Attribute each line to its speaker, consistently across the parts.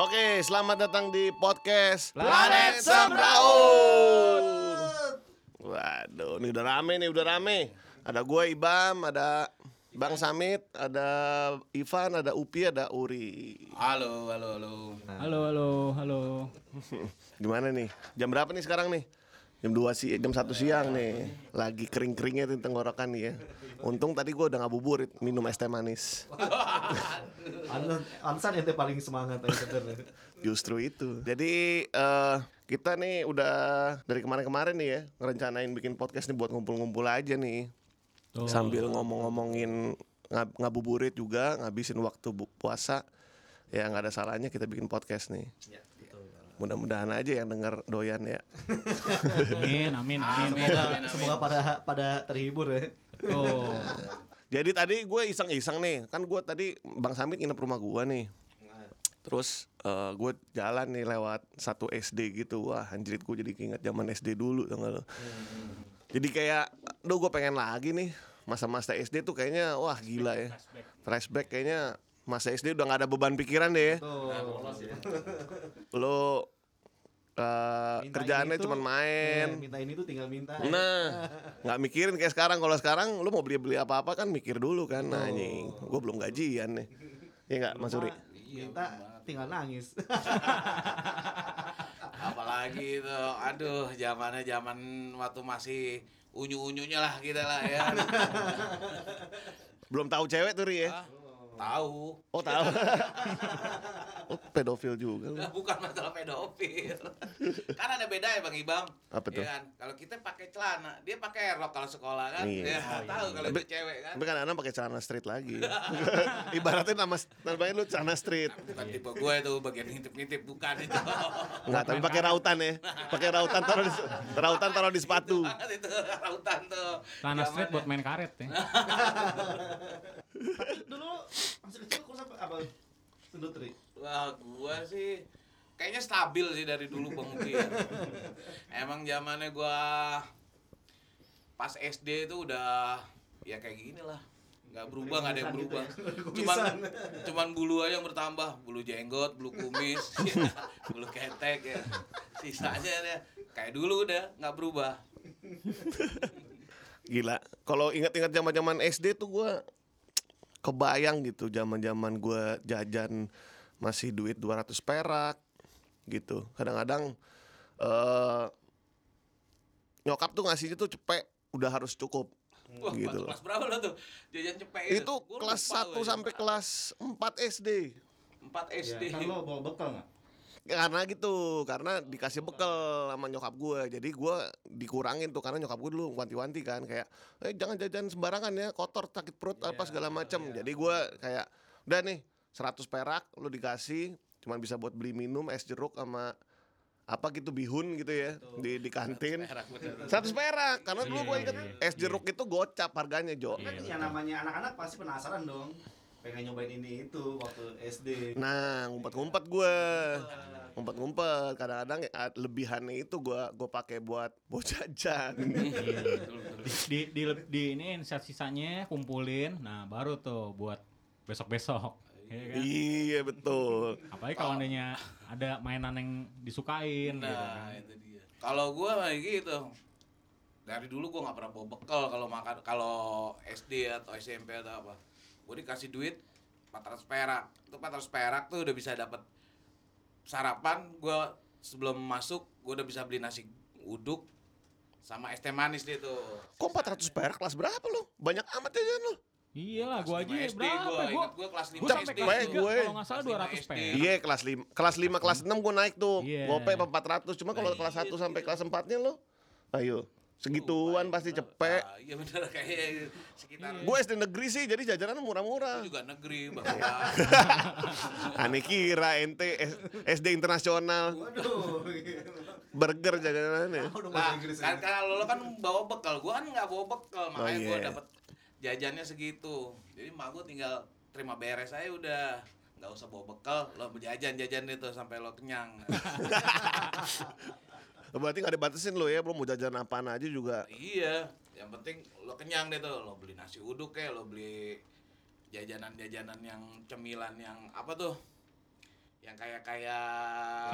Speaker 1: Oke, selamat datang di podcast
Speaker 2: Planet
Speaker 1: Semraut. Waduh, ini udah rame nih, udah rame. Ada gue Ibam, ada Bang Samit, ada Ivan, ada Upi, ada Uri.
Speaker 2: Halo, halo, halo.
Speaker 3: Nah,
Speaker 4: Halo, halo, halo.
Speaker 1: Gimana nih? Jam berapa nih sekarang nih? Jam 2 si jam 1 siang nih. Lagi kering-keringnya tuh tenggorokan nih ya. Untung tadi gue udah ngabuburit minum es teh manis.
Speaker 3: An- Ansan ente paling semangat ya. aja sebenarnya.
Speaker 2: Iya,
Speaker 1: Justru itu. Jadi eh kita nih udah dari kemarin-kemarin nih ya ngerencanain bikin podcast nih buat ngumpul-ngumpul aja nih. Sambil ngomong-ngomongin ngab- ngabuburit juga ngabisin waktu bu- puasa. Ya nggak ada salahnya kita bikin podcast nih. Mudah-mudahan aja yang denger doyan ya.
Speaker 4: Amin, amin, amin.
Speaker 3: Semoga, Nah,
Speaker 2: iya.
Speaker 3: semoga pada pada terhibur ya.
Speaker 4: Tuh.
Speaker 1: Jadi tadi gue iseng-iseng nih, kan gue tadi Bang Samit nginep rumah gue nih. Terus eh, gue jalan nih lewat satu SD gitu, wah anjrit gue jadi ingat zaman SD dulu tau nggak lo. Jadi kayak, duh gue pengen lagi nih masa-masa SD tuh kayaknya wah gila ya. Flashback kayaknya masa SD udah nggak ada beban pikiran deh. ya.
Speaker 3: Nah,
Speaker 1: Lo eh,
Speaker 3: Minta
Speaker 1: kerjaannya
Speaker 3: ini tuh,
Speaker 1: cuman main,
Speaker 3: eh, minta ini tuh tinggal minta.
Speaker 1: Nah, nggak mikirin kayak sekarang. Kalau sekarang lu mau beli beli apa apa kan mikir dulu kan, Nah, anjing. Gue belum gajian nih. Ya nggak, Mas Uri?
Speaker 2: Iya,
Speaker 3: Minta tinggal nangis.
Speaker 2: Apalagi itu, aduh, zamannya zaman waktu masih unyu-unyunya lah kita lah ya.
Speaker 1: Belum tahu cewek tuh Ri ya?
Speaker 2: Tahu.
Speaker 1: Oh tahu. oh, pedofil juga lu.
Speaker 2: Nah, bukan masalah pedofil. kan ada beda ya Bang Ibam.
Speaker 1: Apa tuh?
Speaker 2: Ya kan? Kalau kita pakai celana, dia pakai rok kalau sekolah kan.
Speaker 1: Iya.
Speaker 2: Ya, tahu kalau itu
Speaker 1: Tapi-
Speaker 2: cewek kan.
Speaker 1: Tapi kan anak pakai celana street lagi. Ibaratnya nama namanya lu celana street.
Speaker 2: Bukan tipe gue itu bagian ngintip-ngintip bukan itu.
Speaker 1: Enggak, tapi pakai rautan ya. Pakai rautan taruh di rautan taruh di sepatu.
Speaker 2: Banget itu rautan tuh.
Speaker 4: Tanah street buat
Speaker 2: Zamannya.
Speaker 4: main karet ya.
Speaker 3: Dulu masih kecil kurus apa? apa? Sundut Ri.
Speaker 2: Wah, gua sih kayaknya stabil sih dari dulu Bang Uki. ya. Emang zamannya gua pas SD itu udah ya kayak gini lah. Nggak berubah, nggak ada yang
Speaker 3: Kumisan gitu
Speaker 2: berubah.
Speaker 3: ya,
Speaker 2: Cuman
Speaker 3: kumisan.
Speaker 2: cuman bulu aja yang bertambah, bulu jenggot, bulu kumis, ya, bulu ketek ya. Sisanya ya kayak dulu udah nggak berubah.
Speaker 1: Gila. Kalau ingat-ingat zaman-zaman SD tuh gua kebayang gitu zaman-zaman gua jajan masih duit 200 perak gitu. Kadang-kadang eh nyokap tuh ngasihnya tuh cepet udah harus cukup.
Speaker 3: Hmm,
Speaker 2: Wah,
Speaker 1: Gitu.
Speaker 2: waktu kelas berapa lo tuh? Jajan cepet
Speaker 1: Itu
Speaker 2: Gua
Speaker 1: kelas
Speaker 2: lupa
Speaker 1: 1
Speaker 2: gua,
Speaker 1: sampai kelas 4 SD.
Speaker 2: 4 SD.
Speaker 3: Kan lo bawa bekal nggak?
Speaker 1: karena gitu karena dikasih bekal sama nyokap gue jadi gue dikurangin tuh karena nyokap gue dulu wanti-wanti kan kayak eh jangan jajan sembarangan ya kotor sakit perut
Speaker 4: Iya,
Speaker 1: apa segala macem jadi gue kayak udah nih 100 perak lu dikasih cuman bisa buat beli minum es jeruk sama apa gitu bihun gitu ya di di kantin 100
Speaker 2: Perak bener.
Speaker 1: perak karena dulu
Speaker 4: Iya,
Speaker 1: gue
Speaker 4: iya,
Speaker 1: inget
Speaker 4: iya.
Speaker 1: es jeruk itu gocap harganya Jo
Speaker 2: Iya,
Speaker 3: Kan yang namanya anak-anak pasti penasaran dong. Pengen nyobain ini itu waktu SD.
Speaker 1: Nah, ngumpet-ngumpet gue. Ngumpet-ngumpet. Kadang-kadang ya, ah, lebihannya itu gue gue pakai buat buat jajan.
Speaker 4: Di di di ini sisa-sisanya kumpulin. Nah, baru tuh buat besok-besok. Iya kan?
Speaker 1: iya, betul.
Speaker 4: Apalagi kalau adanya ada mainan yang disukain gitu
Speaker 2: Nah,
Speaker 4: kan.
Speaker 2: itu dia. Kalau gua kayak gitu. Dari dulu gua nggak pernah bawa bekal kalau makan kalau SD atau SMP atau apa. Gua dikasih duit 400 perak. Itu 400 perak tuh udah bisa dapat sarapan. Gua sebelum masuk gua udah bisa beli nasi uduk sama es teh manis deh tuh.
Speaker 1: Kok 400 perak kelas berapa lu? Banyak amat ya jajan lu.
Speaker 4: Iyalah, gua aja
Speaker 2: Kelas lima SD
Speaker 4: berapa
Speaker 2: gua,
Speaker 4: gua?
Speaker 2: ingat gua kelas lima
Speaker 4: gua sampai
Speaker 2: SD.
Speaker 4: kelas tiga,
Speaker 1: Gue.
Speaker 4: Kalau nggak salah
Speaker 2: Kelas lima
Speaker 4: 200
Speaker 2: SD.
Speaker 4: perak.
Speaker 1: Iya, kelas 5, kelas 5, kelas 6 gue naik tuh.
Speaker 4: Iya.
Speaker 1: Gopay apa 400. Cuma kalau kelas 1 sampai kelas 4-nya lu. Ayo. Segituan pasti cepet.
Speaker 2: Nah, iya bener kayak sekitar
Speaker 1: Gue SD negeri sih, jadi jajanan murah-murah.
Speaker 2: juga negeri bahwa
Speaker 4: Iya.
Speaker 1: Aneh kira ente S- SD internasional
Speaker 3: Waduh.
Speaker 1: burger jajanannya.
Speaker 3: Tahu dong bahasa
Speaker 2: Nah,
Speaker 3: Inggris.
Speaker 2: kan kalau lo kan bawa bekal, gua kan nggak bawa bekal, makanya
Speaker 1: iya.
Speaker 2: gua dapat jajannya segitu. Jadi mak gua tinggal terima beres aja udah, nggak usah bawa bekal, lo jajan jajan itu sampai lo kenyang.
Speaker 1: Berarti gak dibatasin lo ya, lo mau jajan apaan aja juga.
Speaker 2: iya, yang penting lo kenyang deh tuh, lo beli nasi uduk ya, lo beli jajanan-jajanan yang cemilan yang apa tuh? yang kayak kayak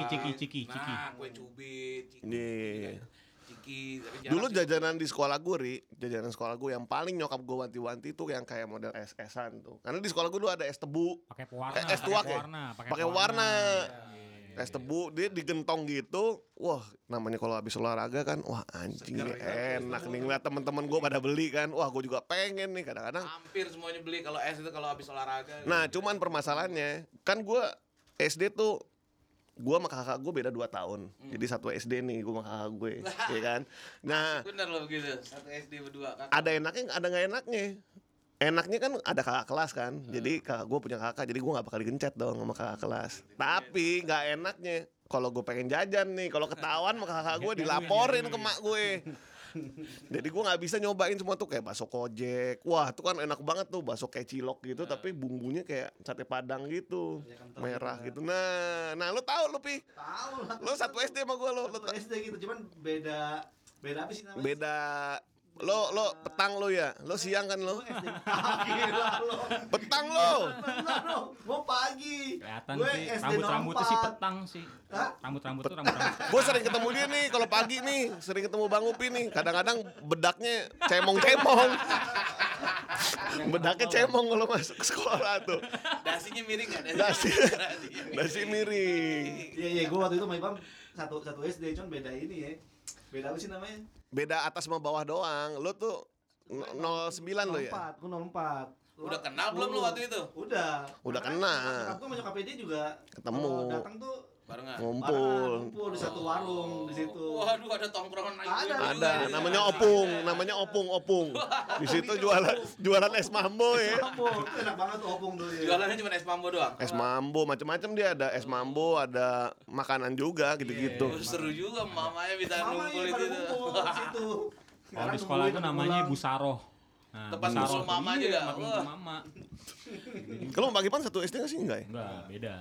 Speaker 4: Ciki, ciki, ciki, ciki.
Speaker 2: nah kue cubit ciki,
Speaker 1: Iya.
Speaker 2: ciki tapi jarang
Speaker 1: Dulu
Speaker 2: sih.
Speaker 1: jajanan di sekolah gue, Ri, jajanan sekolah gue yang paling nyokap gue wanti-wanti tuh yang kayak model es-esan tuh. Karena di sekolah gue dulu ada es tebu,
Speaker 4: pakai pewarna,
Speaker 1: Eh, es tuak ya?
Speaker 4: warna,
Speaker 1: Pakai warna.
Speaker 4: Iya.
Speaker 1: es tebu, dia digentong gitu. Wah, namanya kalau habis olahraga kan, wah anjing nih,
Speaker 2: Seger ya.
Speaker 1: enak nih ngeliat temen-temen gue pada beli kan. Wah, gue juga pengen nih kadang-kadang.
Speaker 2: hampir semuanya beli kalau es itu kalau habis olahraga
Speaker 1: Nah, cuman permasalahannya kan gua SD tuh gua sama kakak gue beda 2 tahun.
Speaker 2: Hmm.
Speaker 1: Jadi satu SD nih gua sama kakak gue, ya kan? Nah,
Speaker 2: bener loh begitu satu SD berdua kan? kakak
Speaker 1: ada enaknya ada nggak enaknya? Enaknya kan ada kakak kelas kan. Jadi kakak gue punya kakak, jadi gua nggak bakal digencet dong sama kakak kelas. Tapi nggak enaknya kalau gue pengen jajan nih, kalau ketahuan sama kakak gue dilaporin ke mak gue. Jadi gue nggak bisa nyobain semua tuh kayak bakso kojek. Wah, itu kan enak banget tuh bakso kayak cilok gitu, tapi bumbunya kayak sate padang gitu,
Speaker 3: Ya, kental
Speaker 1: merah
Speaker 3: juga.
Speaker 1: gitu. Nah, nah lu tahu lu pi,
Speaker 3: Tahu lah.
Speaker 1: lu satu SD sama gue lu, lu
Speaker 3: Satu
Speaker 1: ta-
Speaker 3: SD gitu, cuman beda beda apa sih namanya?
Speaker 1: beda. Lo lo petang lo ya, lo siang kan
Speaker 3: Lu
Speaker 1: lo,
Speaker 3: SD pagi lah lo.
Speaker 1: petang lo.
Speaker 3: Bener lo. Gua pagi.
Speaker 4: Kelihatan
Speaker 3: Gue
Speaker 4: sih,
Speaker 3: SD
Speaker 4: rambut-rambutnya sih
Speaker 3: 04.
Speaker 4: petang sih.
Speaker 3: Hah?
Speaker 4: Rambut-rambut tuh rambut-rambut.
Speaker 1: Gue sering ketemu dia nih kalau pagi nih, sering ketemu Bang Upi nih. Kadang-kadang bedaknya cemong-cemong. bedaknya cemong kalau masuk ke sekolah tuh.
Speaker 2: dasinya miring nggak
Speaker 1: Dasi,
Speaker 2: Dasinya miring.
Speaker 1: dasi miring.
Speaker 3: Iya iya, gue waktu itu sama Ipam satu satu SD, cuman beda ini ya. Beda apa sih namanya?
Speaker 1: Beda atas sama bawah doang. Lo tuh no- 09 lo ya?
Speaker 3: 04, gua 04. Lu
Speaker 2: Udah kenal belum lu
Speaker 3: 10.
Speaker 2: waktu itu?
Speaker 3: Udah.
Speaker 1: Udah
Speaker 3: Karena
Speaker 1: kenal.
Speaker 3: Nyokap gue sama nyokap dia juga
Speaker 1: Ketemu.
Speaker 3: kalau Datang tuh
Speaker 2: barengan
Speaker 1: Ngumpul.
Speaker 3: bareng, Kumpul di satu warung di situ.
Speaker 2: Oh, Waduh ada tongkrongan lagi.
Speaker 3: Ada,
Speaker 1: Ada, namanya Opung, namanya Opung, Opung. Di situ jualan jualan es mambo ya.
Speaker 3: Mambo, itu enak banget tuh opung tuh. ya.
Speaker 2: Jualannya cuma es mambo doang.
Speaker 1: Es mambo macam-macam dia ada es mambo, ada makanan juga
Speaker 2: Oh,
Speaker 3: Iya,
Speaker 1: gitu-gitu.
Speaker 2: seru juga mamanya bisa
Speaker 3: Mama
Speaker 2: ngumpul
Speaker 3: ya,
Speaker 2: itu.
Speaker 3: pada kumpul di situ.
Speaker 4: Kalau
Speaker 3: Sekarang
Speaker 4: di sekolah
Speaker 3: nungguin
Speaker 4: itu
Speaker 3: sampai
Speaker 4: namanya
Speaker 3: pulang.
Speaker 4: Ibu Saroh. Nah,
Speaker 2: Tempat
Speaker 4: Ibu Saroh.
Speaker 2: kumpul mama
Speaker 4: Iya,
Speaker 2: juga.
Speaker 4: tempat kumpul
Speaker 2: Wah.
Speaker 4: mama.
Speaker 1: Iya. Kalau Bang Ipan satu SD nggak sih enggak ya?
Speaker 4: Enggak, beda.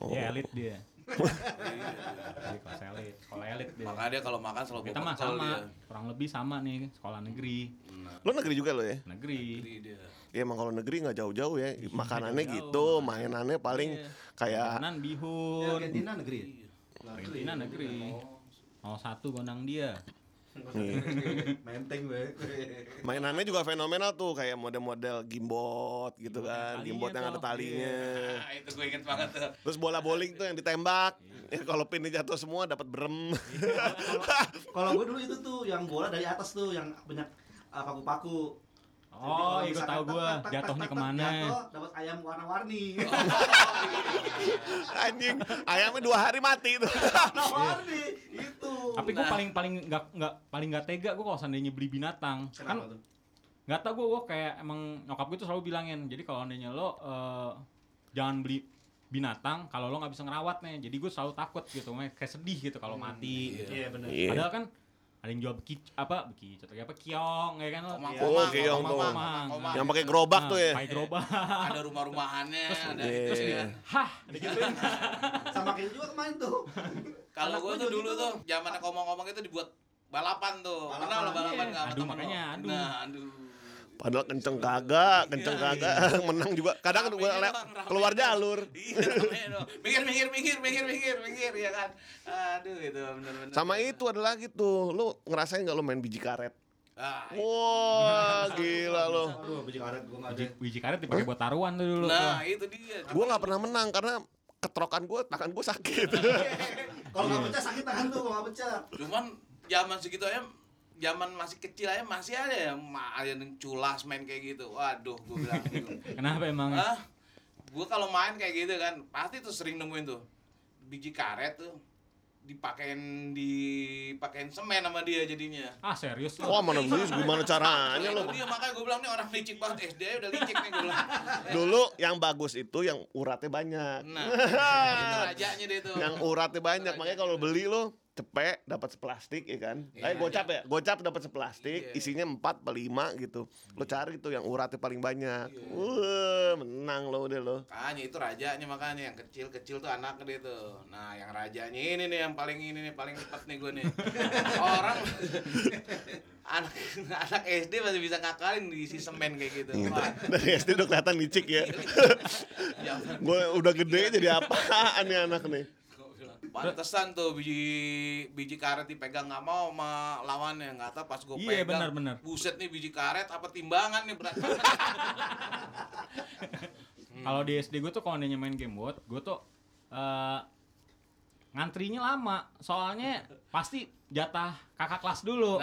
Speaker 1: Oh.
Speaker 4: Dia elit dia. Dia kelas elit, sekolah elit dia.
Speaker 2: Makanya dia kalau makan selalu
Speaker 4: Kita mah
Speaker 2: bekal
Speaker 4: sama,
Speaker 2: dia.
Speaker 4: kurang lebih sama nih, sekolah negeri.
Speaker 2: Nah,
Speaker 1: Lo negeri juga lo ya?
Speaker 4: Negeri.
Speaker 2: jadi dia.
Speaker 1: Ya emang kalau negeri nggak jauh-jauh ya makanannya
Speaker 4: Nggak
Speaker 1: gitu,
Speaker 4: Iya, jauh-jauh.
Speaker 1: mainannya paling
Speaker 4: Iya.
Speaker 1: kayak
Speaker 4: Kanan
Speaker 3: Ya,
Speaker 4: bihun.
Speaker 3: Argentina negeri. ya?
Speaker 4: Argentina Iya. negeri. 01 gondang dia.
Speaker 1: nih,
Speaker 3: Menteng gue.
Speaker 1: mainannya juga fenomenal tuh kayak model-model gimbot gitu
Speaker 4: Gimbot yang
Speaker 1: kan,
Speaker 4: Iya, talinya
Speaker 1: gimbot yang ada
Speaker 4: tuh. Iya.
Speaker 1: talinya.
Speaker 2: Nah, itu gue inget banget tuh.
Speaker 1: Terus bola bowling tuh yang ditembak,
Speaker 4: Iya.
Speaker 1: Ya, kalau pinnya jatuh semua dapat berem.
Speaker 3: Kalau gue dulu itu tuh yang bola dari atas tuh yang banyak uh, paku-paku. Jadi
Speaker 4: Oh,
Speaker 3: kalau
Speaker 4: iya gua
Speaker 3: misalkan
Speaker 4: tahu
Speaker 3: tak,
Speaker 4: gua
Speaker 3: tak, tak, tak,
Speaker 4: jatuhnya
Speaker 3: tak, tak,
Speaker 4: kemana. Oh, iya.
Speaker 3: Jatuh dapat ayam warna-warni.
Speaker 1: Anjing, ayamnya dua hari mati itu.
Speaker 3: Warna-warni gitu. itu.
Speaker 4: Tapi gue
Speaker 2: Nah.
Speaker 4: paling paling nggak nggak paling nggak tega gue kalau seandainya beli binatang. kan
Speaker 3: tuh?
Speaker 4: nggak tau gue gue kayak emang nyokap gue tuh selalu bilangin jadi kalau andainya lo eh, jangan beli binatang kalau lo nggak bisa ngerawatnya jadi gue selalu takut gitu makanya kayak sedih gitu kalau mati gitu.
Speaker 3: Iya benar.
Speaker 1: Iya.
Speaker 4: padahal kan ada yang jual beki apa beki lagi apa kiong ya kan lo
Speaker 1: Oh, keong tuh.
Speaker 2: komang, komang.
Speaker 1: Yang pakai gerobak tuh ya.
Speaker 4: pakai gerobak
Speaker 2: ada rumah-rumahannya, ada
Speaker 1: Iya.
Speaker 2: itu sih ya.
Speaker 4: hah ada gitu
Speaker 3: Sama kayak juga kemarin tuh.
Speaker 2: Kalau
Speaker 3: Anak gua
Speaker 2: gue tuh
Speaker 3: juga
Speaker 2: dulu
Speaker 3: gitu.
Speaker 2: tuh zaman ngomong-ngomong itu dibuat balapan tuh.
Speaker 3: Balapan,
Speaker 2: Kenal lo balapan
Speaker 4: iya.
Speaker 2: nggak sama
Speaker 4: Aduh,
Speaker 2: temen lo?
Speaker 4: makanya, aduh.
Speaker 2: Nah, aduh.
Speaker 1: Padahal kenceng kagak, kenceng
Speaker 2: Iya,
Speaker 1: kagak, menang juga. Kadang
Speaker 2: Ramein
Speaker 1: kan gua le-
Speaker 2: doang, ramein
Speaker 1: keluar
Speaker 2: doang.
Speaker 1: jalur.
Speaker 2: Iya, ramein doang. Minggir, minggir, minggir, minggir, minggir, minggir ya kan. Aduh, gitu, itu benar-benar.
Speaker 1: Sama itu ada lagi tuh, lu ngerasain nggak lu main biji karet?
Speaker 2: Ah, itu.
Speaker 1: Wah, gila lo.
Speaker 3: Aduh, biji karet gue enggak ada.
Speaker 4: biji, biji karet dipakai buat taruhan tuh dulu
Speaker 2: Nah,
Speaker 4: tuh.
Speaker 2: itu dia.
Speaker 1: Gua nggak pernah menang karena ketrokan gua, tangan gua sakit.
Speaker 3: Kalau
Speaker 4: Iya.
Speaker 3: nggak pecah sakit tangan tuh, kalau nggak pecah.
Speaker 2: iya. Cuman zaman segitu aja zaman masih kecil aja masih ada yang ma- ada yang culas main kayak gitu. Waduh, gue bilang gitu.
Speaker 4: kenapa emang
Speaker 2: Hah? Gue kalau main kayak gitu kan, pasti tuh sering nemuin tuh biji karet tuh dipakein dipakein semen sama dia jadinya.
Speaker 4: ah serius
Speaker 1: Wah,
Speaker 4: lo
Speaker 1: mana beli gimana caranya
Speaker 2: Nah,
Speaker 1: lo?
Speaker 2: itu dia makanya gue bilang nih orang licik banget SD udah licik nih gue bilang.
Speaker 1: Dulu yang bagus itu yang uratnya banyak.
Speaker 2: Nah, itu rajanya dia tuh.
Speaker 1: Yang uratnya banyak, makanya kalau beli lo cepek dapat seplastik ya kan eh
Speaker 2: Iya,
Speaker 1: gocap ya gocap dapat seplastik
Speaker 2: Iya.
Speaker 1: isinya empat apa lima gitu lo cari tuh yang uratnya paling banyak
Speaker 2: Iya.
Speaker 1: Wuh, menang lo udah lo
Speaker 2: Makanya itu rajanya makanya yang kecil-kecil tuh anak dia tuh. Nah, yang rajanya ini nih yang paling ini nih paling cepat nih gue nih. Orang anak anak SD masih bisa ngakalin diisi semen kayak gitu.
Speaker 1: Iya.
Speaker 2: Wah,
Speaker 1: dari SD udah kelihatan licik ya
Speaker 2: Iya. zaman
Speaker 1: gue udah gede jadi apaan nih anak nih
Speaker 2: Pantesan tuh biji biji karet dipegang nggak mau sama lawannya nggak tahu pas gue
Speaker 4: Iya,
Speaker 2: pegang.
Speaker 4: benar, benar.
Speaker 2: Buset nih biji karet apa timbangan nih berat. Hmm.
Speaker 4: Kalau di SD gue tuh kalau dia main game buat, gue tuh eh, ngantrinya lama. Soalnya pasti jatah kakak kelas dulu.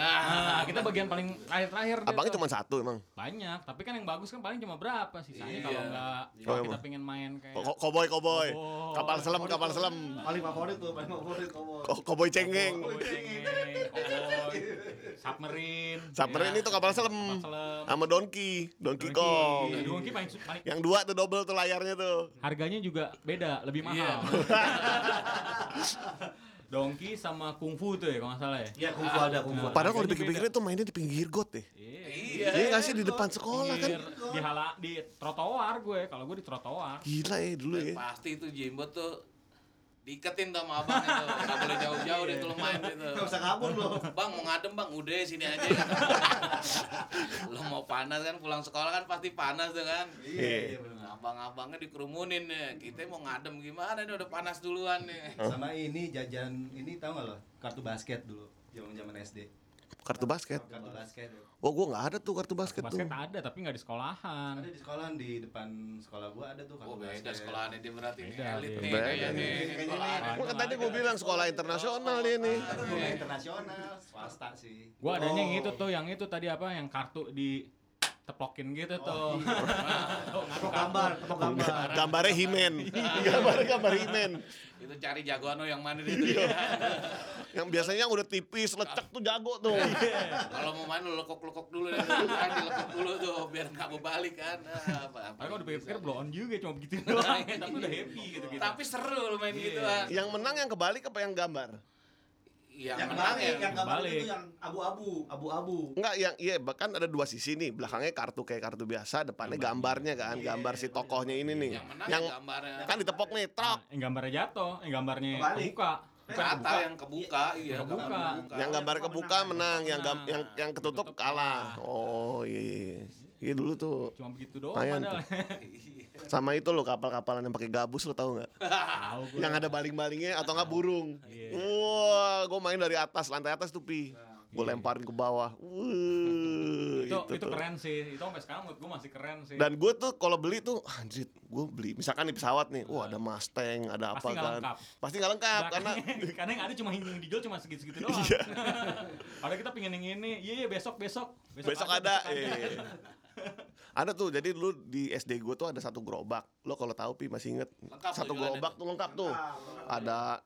Speaker 4: Nah,
Speaker 2: Nah.
Speaker 4: kita bagian paling terakhir-terakhir. dia
Speaker 1: abangnya
Speaker 4: tuh.
Speaker 1: cuma satu emang
Speaker 4: banyak, tapi kan yang bagus kan paling cuma berapa sisanya
Speaker 2: Iya.
Speaker 4: kalau nggak
Speaker 1: Iya.
Speaker 4: kalau
Speaker 1: Oh,
Speaker 4: kita
Speaker 1: emang.
Speaker 4: pengen main kayak
Speaker 1: Ko- Koboi koboi
Speaker 4: Koboi.
Speaker 1: kapal selam kapal selam
Speaker 3: Paling favorit tuh, paling favorit kamu.
Speaker 1: Ko- koboi cengeng
Speaker 4: Cowboy cengeng, cowboy, submarine.
Speaker 1: Submarine
Speaker 4: ya.
Speaker 1: itu kapal selam
Speaker 4: Kapal selam.
Speaker 1: sama Donkey Donkey
Speaker 4: Donkey. Iya,
Speaker 1: Kong
Speaker 4: Donkey paling, paling-
Speaker 1: yang dua tuh double tuh layarnya tuh
Speaker 4: harganya juga beda, lebih
Speaker 2: Iya.
Speaker 4: mahal. Donkey sama kungfu tuh ya kalau nggak salah ya.
Speaker 3: Iya, kungfu ada, kungfu.
Speaker 4: Nah,
Speaker 3: ada.
Speaker 1: Padahal kalau
Speaker 4: harganya
Speaker 1: dipikir-pikir itu mainnya di pinggir got deh.
Speaker 2: Iya.
Speaker 1: Iya nggak sih di depan sekolah kan?
Speaker 4: Pinggir, di hala- di trotoar gue kalau gue di trotoar
Speaker 1: Gila ya dulu ya.
Speaker 2: Pasti itu Jimbo tuh diiketin tuh sama abang itu. Nggak boleh jauh-jauh dia tuh main gitu.
Speaker 3: Gak usah kabur loh.
Speaker 2: Bang mau ngadem bang, udah sini aja. Lo mau panas kan pulang sekolah kan pasti panas tuh kan.
Speaker 1: Iya.
Speaker 2: Nah, Abang-abangnya dikerumunin nih. Kita mau ngadem gimana nih udah panas duluan nih.
Speaker 5: sama ini jajan ini tahu nggak lo kartu basket dulu zaman zaman SD
Speaker 1: Kartu basket.
Speaker 5: kartu basket
Speaker 1: Oh gua nggak ada tuh kartu basket tuh.
Speaker 4: basket ada tapi nggak di sekolahan
Speaker 5: ada di sekolah di depan sekolah gua ada tuh kartu
Speaker 2: Oh beda
Speaker 3: ya."
Speaker 5: basket
Speaker 2: sekolahannya dia berarti nih
Speaker 4: Beda,
Speaker 2: elit
Speaker 4: dia.
Speaker 2: nih
Speaker 1: Beda,
Speaker 2: kayaknya
Speaker 1: dia.
Speaker 2: nih.
Speaker 5: Kayaknya
Speaker 2: Sekolah.
Speaker 4: Nah,
Speaker 5: nih.
Speaker 1: Gua kan tadi gua bilang sekolah internasional dia nih.
Speaker 5: Kartu
Speaker 2: Iya.
Speaker 5: bola internasional swasta sih
Speaker 4: gue adanya yang itu tuh yang itu tadi apa yang kartu di teplokin gitu tuh
Speaker 3: Tepuk gambar, tepuk gambar.
Speaker 1: Gambarnya Himen. Gambarnya gambar Himen.
Speaker 2: Itu cari jagoan lo yang mana itu ya.
Speaker 1: Yang biasanya udah tipis, lecek tuh jago tuh.
Speaker 4: Iya.
Speaker 2: Kalau mau main lo lekok-lekok dulu deh. Kan dilekok dulu tuh biar nggak berbalik kan. Ah, apa- apa-
Speaker 4: tapi kalau dipikir blow on juga cuma begitu doang ya, tapi udah happy gitu gitu
Speaker 2: Tapi seru lo main gitu,
Speaker 4: Iya.
Speaker 2: gituan.
Speaker 1: Yang menang yang kebalik apa yang gambar?
Speaker 3: Yang
Speaker 2: Yang
Speaker 3: iya.
Speaker 2: menang
Speaker 3: kemarin,
Speaker 2: ya.
Speaker 3: yang kemarin
Speaker 4: Balik.
Speaker 3: itu yang abu-abu, abu-abu.
Speaker 1: Enggak, yang iya bahkan ada dua sisi nih. Belakangnya kartu kayak kartu biasa, depannya gambarnya kan, gambar si tokohnya ini nih.
Speaker 2: Yang menang
Speaker 1: Yang
Speaker 2: ya gambarnya.
Speaker 1: kan ditepok nih, trok.
Speaker 4: yang gambarnya jatuh yang gambarnya
Speaker 3: Kebalik.
Speaker 4: kebuka
Speaker 2: Bukan kata yang kebuka, iya
Speaker 4: Kebuka.
Speaker 2: gambar
Speaker 1: yang gambar kebuka menang, yang gam- yang yang ketutup
Speaker 4: Ketutup
Speaker 1: kalah.
Speaker 4: kalah.
Speaker 1: Oh iya. Iya dulu tuh
Speaker 4: cuma begitu doang
Speaker 1: Lumayan
Speaker 4: padahal
Speaker 2: Iya.
Speaker 1: sama itu lo kapal-kapalan yang pakai gabus lo tau nggak?
Speaker 4: Tahu gua.
Speaker 1: Yang ada baling-balingnya atau nggak burung?
Speaker 4: Iya.
Speaker 1: Wah, gue main dari atas lantai atas tuh pi, gue lemparin ke bawah. Wuh,
Speaker 4: itu itu
Speaker 1: Gitu tuh.
Speaker 4: keren sih itu sampai sekarang menurut gue masih keren sih
Speaker 1: Iya. Dan gue tuh kalau beli tuh, anjir, gue beli. Misalkan di pesawat nih, wah ada Mustang, ada apa
Speaker 4: Pasti nggak
Speaker 1: kan?
Speaker 4: lengkap.
Speaker 1: Pasti nggak lengkap
Speaker 4: Nah,
Speaker 1: karena
Speaker 4: karena yang ada cuma yang yang dijual cuma segitu-segitu doang.
Speaker 1: Iya.
Speaker 4: Padahal kita pengen yang ini. Iya, iya besok besok.
Speaker 1: besok ada. eh. Ada tuh, jadi lu di SD gue tuh ada satu gerobak. Lo kalau tahu pi masih inget,
Speaker 2: Lengkap tuh
Speaker 1: satu
Speaker 2: jualannya
Speaker 1: gerobak tuh lengkap tuh. Ada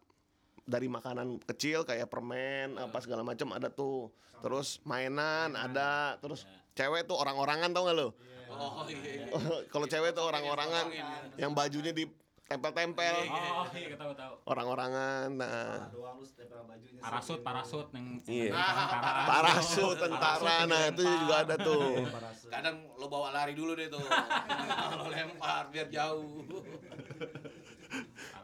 Speaker 1: dari makanan kecil kayak permen apa segala macam ada tuh. Terus mainan ada, terus cewek tuh orang-orangan tau gak lo?
Speaker 2: Oh iya. iya.
Speaker 1: kalau cewek tuh orang-orangan yang bajunya ditempel-tempel,
Speaker 4: Oh, iya kita tahu tahu.
Speaker 1: orang-orangan. Nah,
Speaker 5: doang lu tempel bajunya
Speaker 4: Parasut, parasut yang
Speaker 1: Iya.
Speaker 4: tentara.
Speaker 1: parasut tentara,
Speaker 4: Parasut
Speaker 1: nah
Speaker 4: yang
Speaker 1: itu juga ada tuh.
Speaker 5: parasut
Speaker 2: Kadang lo bawa lari dulu deh tuh. lo lempar biar jauh.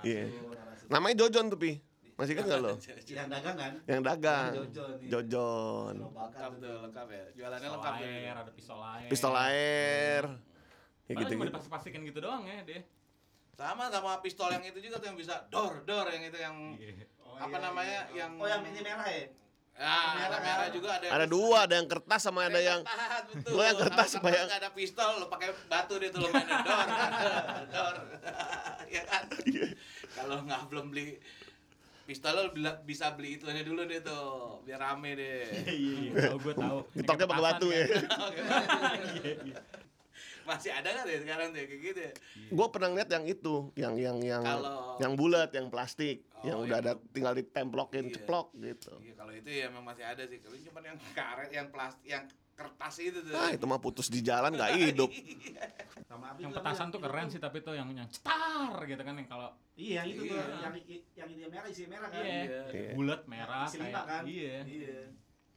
Speaker 1: Iya.
Speaker 5: Oh,
Speaker 1: Namanya Jojon tuh pi, masih inget gak lo?
Speaker 3: Yang dagang kan?
Speaker 1: Yang Iya, dagang,
Speaker 5: Jojon, iya.
Speaker 1: Jojon.
Speaker 5: bakar
Speaker 2: Lengkap tuh, lengkap ya. Jualannya
Speaker 4: Pistol
Speaker 2: lengkap ya.
Speaker 4: air, ada pistol air.
Speaker 1: pistol air ya
Speaker 4: Padahal
Speaker 1: gitu
Speaker 4: cuma
Speaker 1: gitu
Speaker 4: dipasik-pasikin gitu doang ya dia.
Speaker 2: Sama sama pistol yang itu juga tuh yang bisa dor dor yang itu yang
Speaker 4: Iya.
Speaker 2: apa namanya
Speaker 5: iya.
Speaker 2: yang
Speaker 3: Oh yang ini merah ya?
Speaker 2: Ah,
Speaker 3: merah.
Speaker 2: ada merah juga ada.
Speaker 1: ada dua ada yang kertas sama ada yang
Speaker 2: kertas, betul.
Speaker 1: Lo yang kertas
Speaker 2: Sama
Speaker 1: supaya-
Speaker 2: nggak ada pistol lo pakai batu deh tuh lo mainin dor dor ya kan
Speaker 1: Iya.
Speaker 2: kalau nggak belum beli pistol lo bela- bisa beli itu aja dulu deh tuh biar rame deh
Speaker 4: Iya, iya, tahu gue tahu. Yang
Speaker 1: getoknya pakai
Speaker 4: ketetasan
Speaker 1: batu
Speaker 4: kan.
Speaker 1: ya
Speaker 4: Iya, iya.
Speaker 2: masih ada nggak deh sekarang deh kayak gitu ya?
Speaker 1: gue pernah lihat yang itu yang yang yang
Speaker 2: Kalau-
Speaker 1: yang bulat yang plastik
Speaker 2: Oh,
Speaker 1: yang
Speaker 2: yang
Speaker 1: udah ada tinggal ditemplokin
Speaker 2: Iya.
Speaker 1: ceplok gitu
Speaker 2: Iya kalau itu ya memang masih ada sih. Kalau ini cuma yang karet, yang plastik, yang kertas itu tuh.
Speaker 1: Ah itu mah putus di jalan nggak hidup.
Speaker 3: Sama Abi
Speaker 4: yang
Speaker 3: tuh yang
Speaker 4: petasan tuh
Speaker 3: itu
Speaker 4: keren sih tapi tuh yang yang cetar gitu kan yang kalau
Speaker 3: Iya, yang itu tuh
Speaker 2: Iya.
Speaker 3: yang yang dia merah isi merah kan.
Speaker 4: Iya.
Speaker 1: Iya.
Speaker 4: bulat merah
Speaker 3: Isi lima
Speaker 4: kayak
Speaker 3: kan.
Speaker 4: iya.
Speaker 3: Iya. Itu tuh. gitu.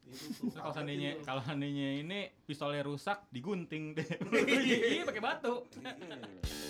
Speaker 4: Terus kalau
Speaker 3: favorit
Speaker 4: seandainya
Speaker 3: itu.
Speaker 4: kalau seandainya ini pistolnya rusak digunting deh. Iya pakai Iya, batu.